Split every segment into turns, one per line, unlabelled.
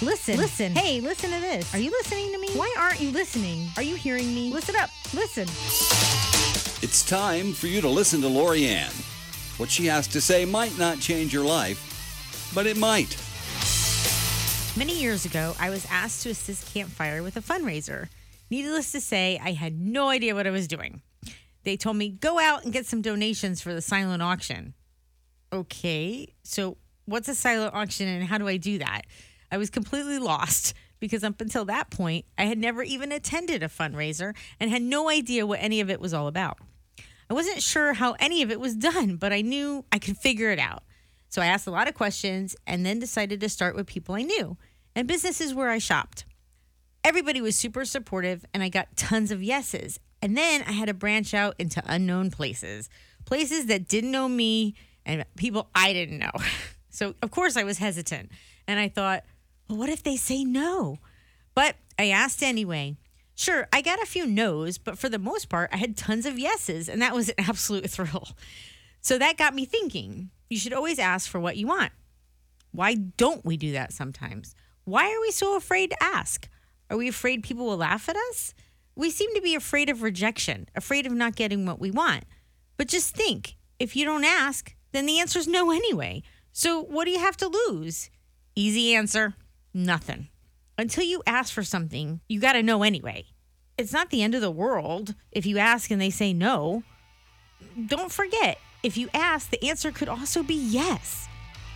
Listen, listen. Hey, listen to this. Are you listening to me? Why aren't you listening? Are you hearing me? Listen up. Listen.
It's time for you to listen to Lorianne. What she has to say might not change your life, but it might.
Many years ago, I was asked to assist Campfire with a fundraiser. Needless to say, I had no idea what I was doing. They told me, go out and get some donations for the silent auction. Okay, so what's a silent auction and how do I do that? I was completely lost because up until that point, I had never even attended a fundraiser and had no idea what any of it was all about. I wasn't sure how any of it was done, but I knew I could figure it out. So I asked a lot of questions and then decided to start with people I knew and businesses where I shopped. Everybody was super supportive and I got tons of yeses. And then I had to branch out into unknown places, places that didn't know me and people I didn't know. So, of course, I was hesitant and I thought, well, what if they say no? But I asked anyway. Sure, I got a few no's, but for the most part, I had tons of yeses, and that was an absolute thrill. So that got me thinking you should always ask for what you want. Why don't we do that sometimes? Why are we so afraid to ask? Are we afraid people will laugh at us? We seem to be afraid of rejection, afraid of not getting what we want. But just think if you don't ask, then the answer's no anyway. So what do you have to lose? Easy answer nothing. Until you ask for something, you got to know anyway. It's not the end of the world if you ask and they say no don't forget, if you ask, the answer could also be yes.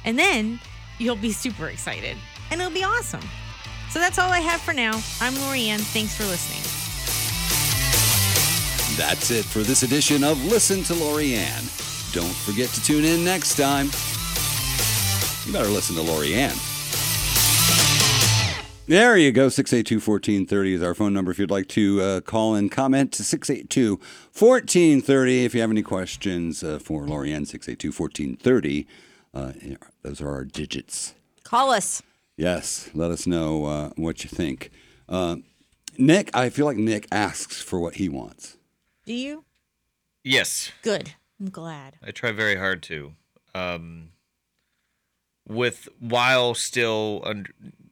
And then you'll be super excited and it'll be awesome. So that's all I have for now. I'm Lorianne. Thanks for listening.
That's it for this edition of Listen to Lorianne. Don't forget to tune in next time. You better listen to Lorianne. There you go. 682 1430 is our phone number if you'd like to uh, call and comment. 682 1430 if you have any questions uh, for Lorianne. 682 1430. Uh, yeah, those are our digits.
Call us.
Yes, let us know uh, what you think. Uh, Nick, I feel like Nick asks for what he wants.
Do you?
Yes,
Good. I'm glad.
I try very hard to. Um, with while still under,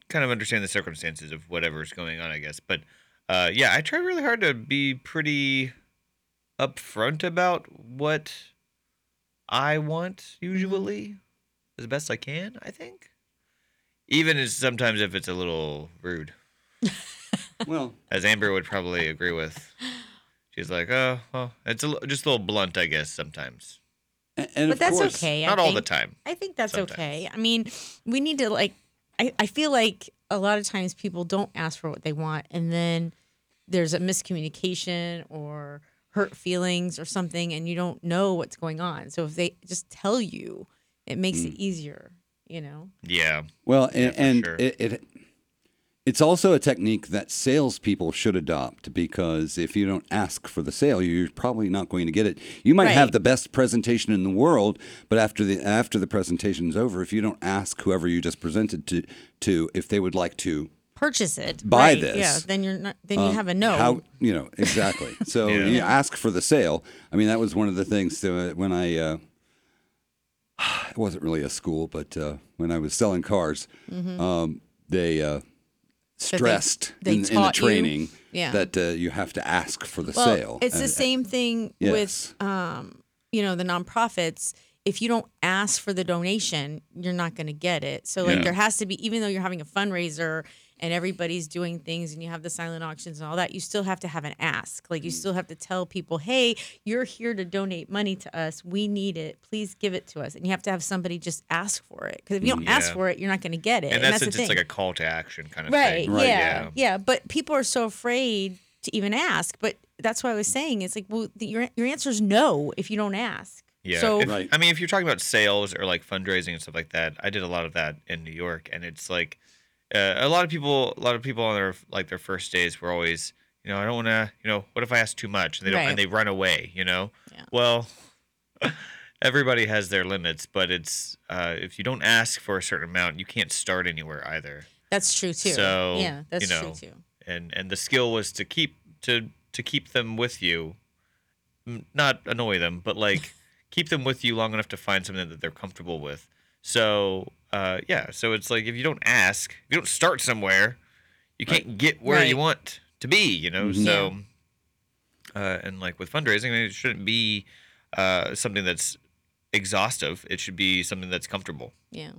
kind of understand the circumstances of whatever's going on, I guess. But uh, yeah, I try really hard to be pretty upfront about what I want usually as best I can, I think. Even as sometimes if it's a little rude,
Well,
as Amber would probably agree with. She's like, oh, well, it's a, li- just a little blunt, I guess, sometimes.
and, and
But
of
that's
course,
okay. I
Not all the
think.
time.
I think that's
Sometimes.
okay. I mean, we need to like I, I feel like a lot of times people don't ask for what they want and then there's a miscommunication or hurt feelings or something and you don't know what's going on. So if they just tell you, it makes
Mm.
it easier, you know.
Yeah.
Well, and,
for
and
sure.
it, it it's also a technique that salespeople should adopt because if you don't ask for the sale, you're probably not going to get it. You might have
Right.
the best presentation in the world, but after the after the presentation's over, if you don't ask whoever you just presented to to if they would like to
Purchase it.
Buy
right,
this.
Yeah, then you're not then
Um,
you have a no.
how you know exactly so
Yeah.
you ask for the sale i mean that was one of the things that uh, when i uh, it wasn't really a school but uh, when i was selling cars um, they uh, stressed
Mm-hmm. they
in, in the
taught you.
training
Yeah.
that uh, you have to ask for the
well,
sale
It's the
uh,
And-
same thing
Yes.
with um, you know, the nonprofits. If you don't ask for the donation, you're not going to get it. So like
Yeah.
there has to be even though you're having a fundraiser and everybody's doing things and you have the silent auctions and all that, you still have to have an ask. Like
Mm.
you still have to tell people, "Hey, you're here to donate money to us. We need it. Please give it to us." And you have to have somebody just ask for it because if you don't ask
Yeah.
for it, you're not going to get it.
And that's,
the
it's just
thing.
like a call to action kind of
Right.
thing.
Right.
Yeah, yeah. But people are so afraid to even ask. But that's what I was saying. It's like, well, the, your your answer is no if you don't ask.
Yeah.
So
if-
Right.
I mean, if you're talking about sales or like fundraising and stuff like that, I did a lot of that in New York, and it's like uh, a lot of people, a lot of people on their like their first days were always, you know, I don't want to, you know, what if I ask too much and they don't,
Right.
and they run away, you know?
Yeah.
Well, everybody has their limits, but it's uh, if you don't ask for a certain amount, you can't start anywhere either.
that's true too.
So,
yeah, that's
you know,
true too.
And and the skill was to keep to to keep them with you, M- not annoy them, but like keep them with you long enough to find something that they're comfortable with. So uh, yeah, so it's like if you don't ask, if you don't start somewhere, you can't get where you
Right. Mm-hmm.
want to be, you know? So, uh, and like with fundraising, I mean, it shouldn't be uh, something that's exhaustive, it should be something that's comfortable.
Yeah.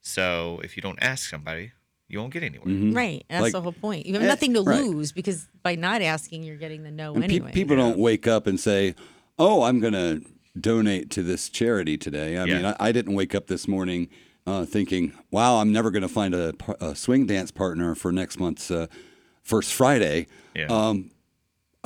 So if you don't ask somebody, you won't get anywhere.
Mm.
Mm-hmm.
Right. That's
Like-
the whole point. You have
Eh,
nothing to
right.
lose because by not asking, you're getting the no
And pe-
anyway.
people don't wake up and say, "Oh, I'm going to donate to this charity today." I
Yeah.
mean, I, I didn't wake up this morning uh, thinking, "Wow, I'm never going to find a, par- a swing dance partner for next month's uh, first Friday."
Yeah.
Uh,
Um,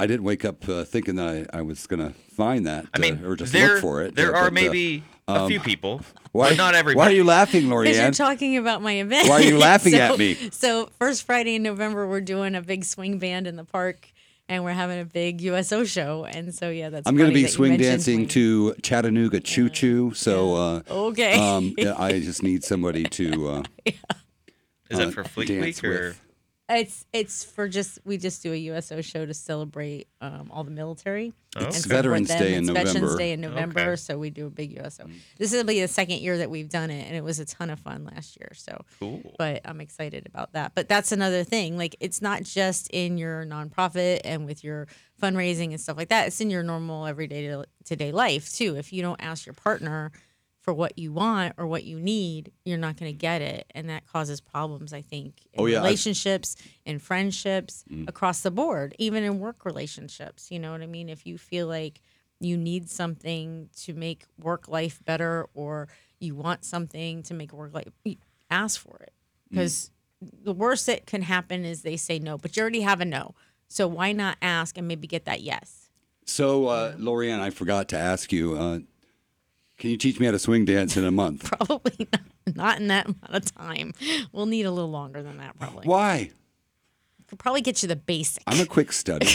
I didn't wake up uh, thinking that I, I was going to find that
I mean,
uh, or just
there,
look for it.
There
uh,
are
but, uh,
maybe a few people,
why,
but not
Why are
everybody.
you laughing, Lorianne?
Because you're talking about my event.
Why are you laughing at me?
So first Friday in November, we're doing a big swing band in the park, and we're having a big USO show. And so yeah, that's.
I'm going
funny
to be
that you
swing
mentioned
dancing
swing.
to Chattanooga Choo Choo. So uh,
Okay.
um, yeah, I just need somebody to. Uh,
Is
uh,
that for Fleet
dance
Week or?
with.
It's it's for just we just do a USO show to celebrate um, all the military.
It's
support
Veterans
them.
Day in
It's
November. Mm.
Veterans Day in November,
Oh. Okay.
so we do a big USO. This will be the second year that we've done it, and it was a ton of fun last year. So
Cool.
but I'm excited about that. But that's another thing. Like it's not just in your nonprofit and with your fundraising and stuff like that. It's in your normal everyday to to day life too. If you don't ask your partner for what you want or what you need, you're not going to get it, and that causes problems. I think in
Oh, yeah, I-
relationships and friendships across the board, even in work relationships. You know what I mean? If you feel like you need something to make work life better or you want something to make work life ask for it
Mm.
because the worst that can happen is they say no but you already have a no so why not ask and maybe get that yes
So, uh, Lorianne, I forgot to ask you. Uh, can you teach me how to swing dance in a month?
probably not, not in that amount of time we'll need a little longer than that probably
Why?
could probably get you the basics
I'm a quick study.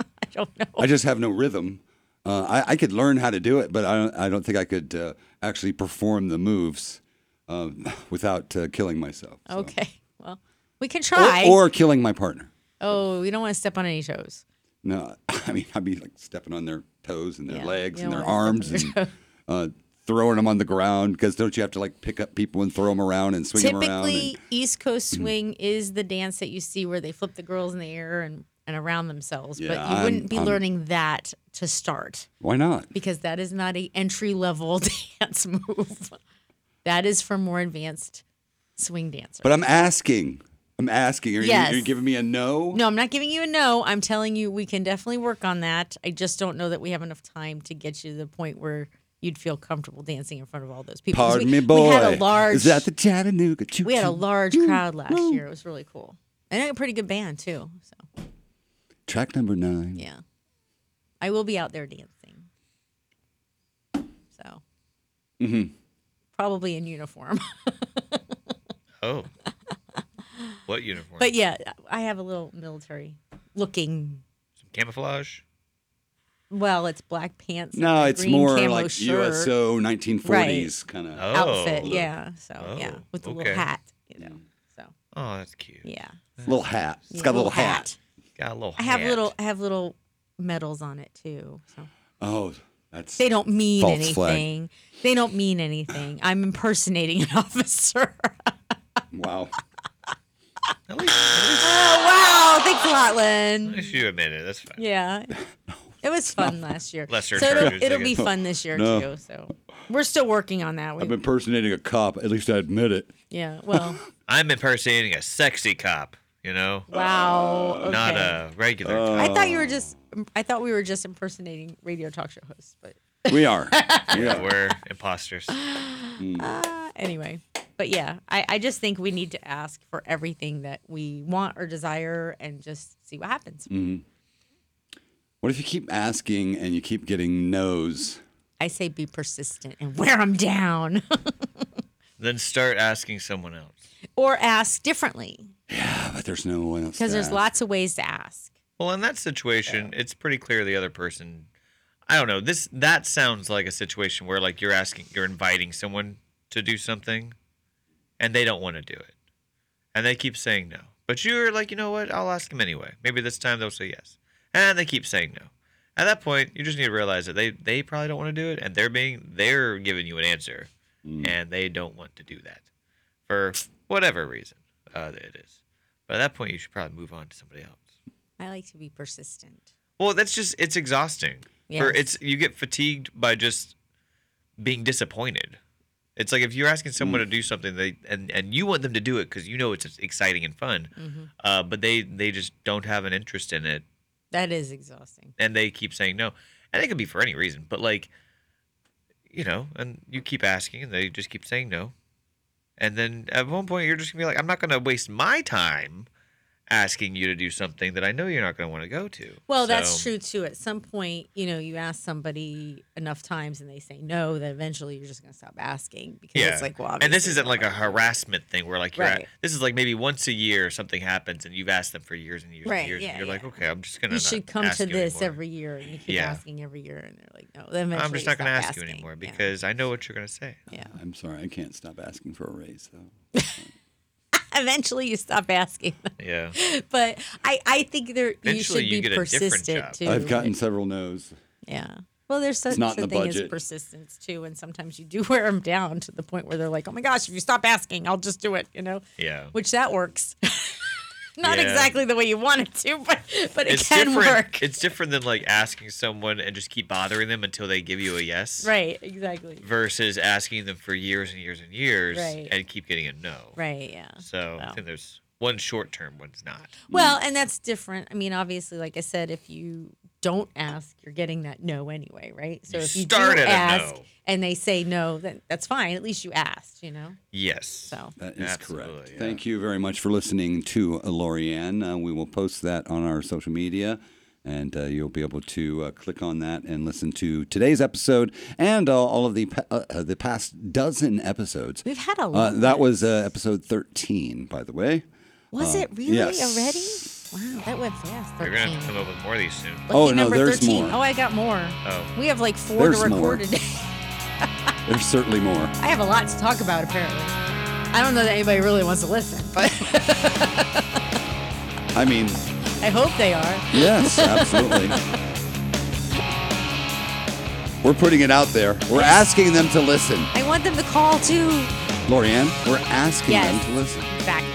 i don't know
I just have no rhythm. Uh, I, I could learn how to do it, but I don't. I don't think I could uh, actually perform the moves uh, without uh, killing myself. so.
okay well we can
Or-
try
or killing my partner.
oh we don't want to step on any toes
No, I mean I'd be like stepping on their toes and their
Yeah,
legs
you
and
don't
their
wanna
arms and uh, throwing them on the ground because don't you have to like pick up people and throw them around and swing them around?
typically
and- Mm-hmm.
east coast swing is the dance that you see where they flip the girls in the air and, and around themselves
Yeah,
but you
I'm-
wouldn't be
I'm-
learning that to start
why not?
because that is not a entry level dance move. That is for more advanced swing dancers.
But I'm asking. I'm asking. Are you,
Yes.
are you giving me a no?
no, I'm not giving you a no. I'm telling you we can definitely work on that. I just don't know that we have enough time to get you to the point where you'd feel comfortable dancing in front of all those people. 'Cause
Pardon
we,
me, boy.
We had a large
Is that the Chattanooga? Choo
we had a
choo.
large crowd last year. It was really cool. And a pretty good band too. So
track number nine.
yeah. I will be out there dancing. So
Mm-hmm.
probably in uniform.
Oh. what uniform?
But yeah, I have a little military looking.
Some camouflage.
Well, it's black pants. and
No,
a
it's
green
more
camo
like
shirt
USO 1940s kind of.
Oh.
outfit. Yeah. So yeah,
Oh,
with the
okay.
little hat. You know. So
Oh, that's cute.
yeah,
Little hat. It's
Yeah,
got a little hat.
Got a little.
I have
hat.
little. I have little medals on it too. So
Oh, that's.
they don't mean
False flag.
anything. They don't mean anything. I'm impersonating an officer.
Wow.
At least, at
oh wow! Thanks a lot, Lynn.
least you admit it. That's fine.
Yeah. It was fun last year.
Lesser
so it'll,
charges, I
it'll be
guess.
fun this year
No.
too. So we're still working on that. We,
I'm impersonating a cop. At least I admit it.
yeah. Well.
I'm impersonating a sexy cop. You know,
Wow. Okay.
not a regular.
Uh,
cop.
I thought you
Oh.
were just. I thought we were just impersonating radio talk show hosts, but
We are. we
Yeah,
are.
we're imposters.
uh, anyway. But yeah, I, I just think we need to ask for everything that we want or desire, and just see what happens.
What if you keep asking and you keep getting no's?
I say be persistent and wear them down,
Then start asking someone else.
or ask differently
Yeah, Ah, but there's no one else.
because
to
there's
ask.
lots of ways to ask.
Well, in that situation, it's pretty clear the other person. I don't know. This that sounds like a situation where like you're asking, you're inviting someone to do something, and they don't want to do it, and they keep saying no. But you're like, you know what? I'll ask them anyway. Maybe this time they'll say yes, and they keep saying no. At that point, you just need to realize that they they probably don't want to do it, and they're being they're giving you an answer, and they don't want to do that for whatever reason uh, it is. But at that point, you should probably move on to somebody else.
I like to be persistent.
Well, that's just it's exhausting. Or
Yes.
it's you get fatigued by just being disappointed. It's like if you're asking someone
Mm.
to do something they and, and you want them to do it because you know it's exciting and fun,
Mm-hmm.
uh, but they they just don't have an interest in it
That is exhausting.
and they keep saying no, and it could be for any reason. But like, you know, and you keep asking and they just keep saying no, and then at one point you're just gonna be like, I'm not gonna waste my time asking you to do something that I know you're not gonna want to go to.
Well, that's
So-
true too. At some point, you know, you ask somebody enough times and they say no, then eventually you're just going to stop asking because it's like, well, obviously
and this
it's
isn't
not
like a
right.
harassment thing where like you're at,
Right.
this is like maybe once a year something happens and you've asked them for years and years
Right,
and years
yeah,
and you're like,
yeah.
okay, I'm just gonna
You
not
should come
ask
to
you
this
anymore.
every year, and you keep
Yeah.
asking every year, and they're like, no. Then
I'm
eventually
just
you
not gonna
stop
ask you anymore
asking. Yeah.
because I know what you're gonna say.
yeah.
I'm sorry, I can't stop asking for a raise though.
eventually you stop asking.
Yeah.
but I, I think there you
Eventually
should
you
be
get a different
persistent
job.
too.
I've gotten several no's.
yeah. Well, there's such
not
a
in the
thing as
budget.
persistence too, and sometimes you do wear them down to the point where they're like, "Oh my gosh, if you stop asking, I'll just do it," you know.
Yeah.
Which that works. Not
Yeah.
exactly the way you want it to, but but it
it's
can
different.
work.
It's different than like asking someone and just keep bothering them until they give you a yes.
right. Exactly.
Versus asking them for years and years and years
Right.
and keep getting a no.
Right. Yeah.
So I
Wow.
think there's one short term, one's not.
Well, and that's different. I mean, obviously, like I said, if you don't ask, you're getting that no anyway, right? So
You
if you
start
do
at a
ask
no.
and they say no, then that's fine. At least you asked, you know.
Yes.
So
That is correct.
Absolutely, yeah.
Thank you very much for listening to uh, Lorianne. Uh, we will post that on our social media, and uh, you'll be able to uh, click on that and listen to today's episode and uh, all of the pa- uh, uh, the past dozen episodes.
we've had a
Uh,
lot.
that was uh, episode 13, by the way.
was it really
Um, yes.
already? Wow, that went fast.
We're gonna have to
13.
come up with more of these soon.
Lucky
Oh, no,
number
there's
13.
more.
Oh, I got more.
Oh.
We have like four
There's
to record
more.
today.
There's certainly more.
I have a lot to talk about apparently. I don't know that anybody really wants to listen, but
I mean,
I hope they are.
yes, absolutely. We're putting it out there. We're asking them to listen.
I want them to call too.
Lorianne, we're asking
Yes.
them to listen.
Exactly.